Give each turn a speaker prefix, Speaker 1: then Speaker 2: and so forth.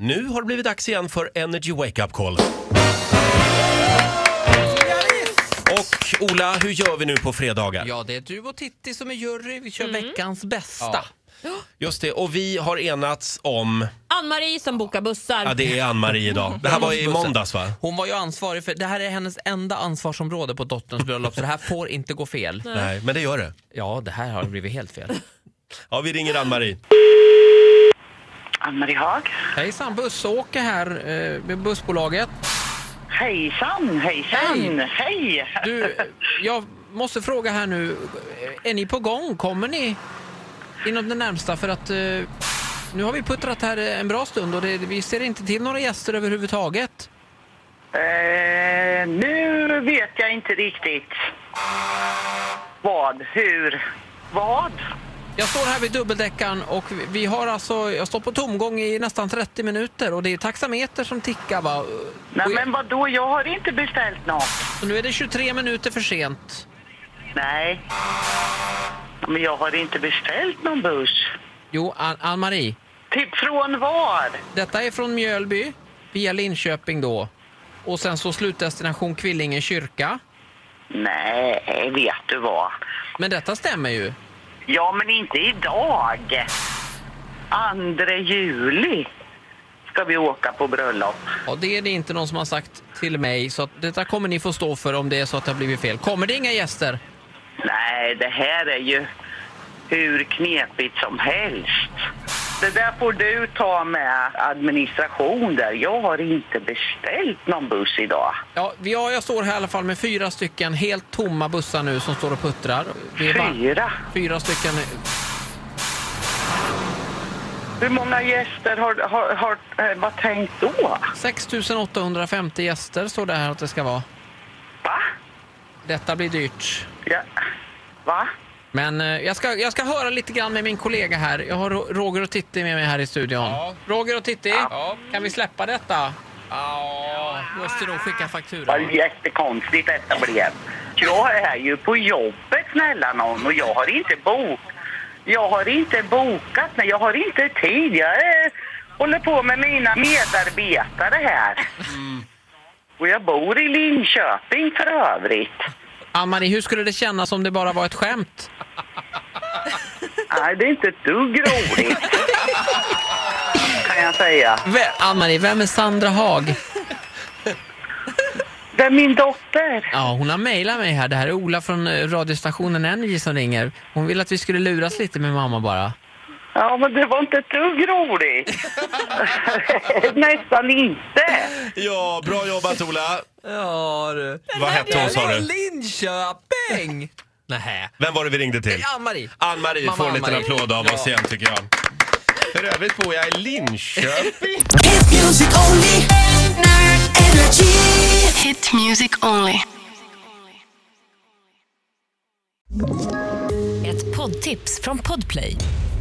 Speaker 1: Nu har det blivit dags igen för Energy Wake Up Call. Och Ola, hur gör vi nu på fredagar?
Speaker 2: Ja, det är du och Titti som är jury. Vi kör veckans bästa.
Speaker 1: Just det, och vi har enats om...
Speaker 3: Ann-Marie som bokar bussar.
Speaker 1: Ja, det är Ann-Marie idag. Det här var i måndags va?
Speaker 2: Hon var ju ansvarig för, det här är hennes enda ansvarsområde på dotterns bröllop så det här får inte gå fel.
Speaker 1: Nej, men det gör det.
Speaker 2: Ja, det här har blivit helt fel.
Speaker 1: Ja, vi ringer Ann-Marie.
Speaker 4: Ann-Marie Haag.
Speaker 2: Hejsan, Bussåke här, eh, med bussbolaget.
Speaker 4: Hejsan, hejsan,
Speaker 2: Hej.
Speaker 4: hej! hej.
Speaker 2: Du, eh, jag måste fråga här nu, eh, är ni på gång? Kommer ni inom det närmsta? För att eh, nu har vi puttrat här eh, en bra stund och det, vi ser inte till några gäster överhuvudtaget.
Speaker 4: Eh, nu vet jag inte riktigt vad, hur, vad.
Speaker 2: Jag står här vid dubbeldäckaren och vi- vi har alltså, jag står på tomgång i nästan 30 minuter och det är taxameter som tickar va.
Speaker 4: Nej
Speaker 2: Och jag-
Speaker 4: men vad då? jag har inte beställt något.
Speaker 2: och nu är det 23 minuter för sent.
Speaker 4: Nej. Men jag har inte beställt någon buss.
Speaker 2: Jo, An- Ann-Marie,
Speaker 4: Typ från var?
Speaker 2: detta är från Mjölby via Linköping då. Och sen så slutdestination Kvillinge kyrka.
Speaker 4: Nej, vet du vad?
Speaker 2: Men detta stämmer ju.
Speaker 4: Ja, men inte idag. 2 juli ska vi åka på bröllop.
Speaker 2: Ja, det är det inte någon som har sagt till mig så att detta kommer ni få stå för om det är så att det har blivit fel. Kommer det inga gäster?
Speaker 4: Nej, det här är ju hur knepigt som helst. Det där får du ta med administration där. Jag har inte beställt någon buss idag.
Speaker 2: Ja, vi- ja, jag står här i alla fall med fyra stycken helt tomma bussar nu som står och puttrar. Det är bara-
Speaker 4: Fyra.
Speaker 2: Fyra stycken.
Speaker 4: Hur många gäster har, har, har eh, vad tänkt då?
Speaker 2: 6 850 gäster står det här att det ska vara.
Speaker 4: Va?
Speaker 2: Detta blir dyrt.
Speaker 4: Ja. Va?
Speaker 2: Men eh, jag ska, jag ska höra lite grann med min kollega här. Jag har Ro- Roger och Titti med mig här i studion. Roger och Titti, kan vi släppa detta? Ja, måste nog skicka faktura.
Speaker 4: Vad jättekonstigt detta blev. Jag är ju på jobbet snälla någon och jag har inte bok. Jag har inte bokat, nej jag har inte tid. Jag eh, håller på med mina medarbetare här. Och jag bor i Linköping för övrigt.
Speaker 2: Ann-Marie, hur skulle det kännas om det bara var ett skämt?
Speaker 4: Nej, det är inte ett dugg roligt. Kan jag säga.
Speaker 2: Ve- Ann-Marie, vem är Sandra Hag?
Speaker 4: Det är min dotter.
Speaker 2: Ja, hon har mejlat mig här. Det här är Ola från eh, radiostationen Energy som ringer. Hon ville att vi skulle luras lite med mamma bara.
Speaker 4: Ja, men det var inte ett dugg roligt. Nästan inte.
Speaker 1: Ja, bra jobbat Ola.
Speaker 2: Ja du.
Speaker 1: Vad hette hon sa du?
Speaker 2: Linköping! Nähä.
Speaker 1: Vem var det vi ringde till?
Speaker 2: Ann-Marie.
Speaker 1: Ann-Marie
Speaker 2: Mamma
Speaker 1: får en liten
Speaker 2: Ann-Marie.
Speaker 1: applåd av oss igen tycker jag. För övrigt bor jag i Linköping.
Speaker 5: Hit music only. Energy.
Speaker 6: Hit music only.
Speaker 7: Ett poddtips från Podplay.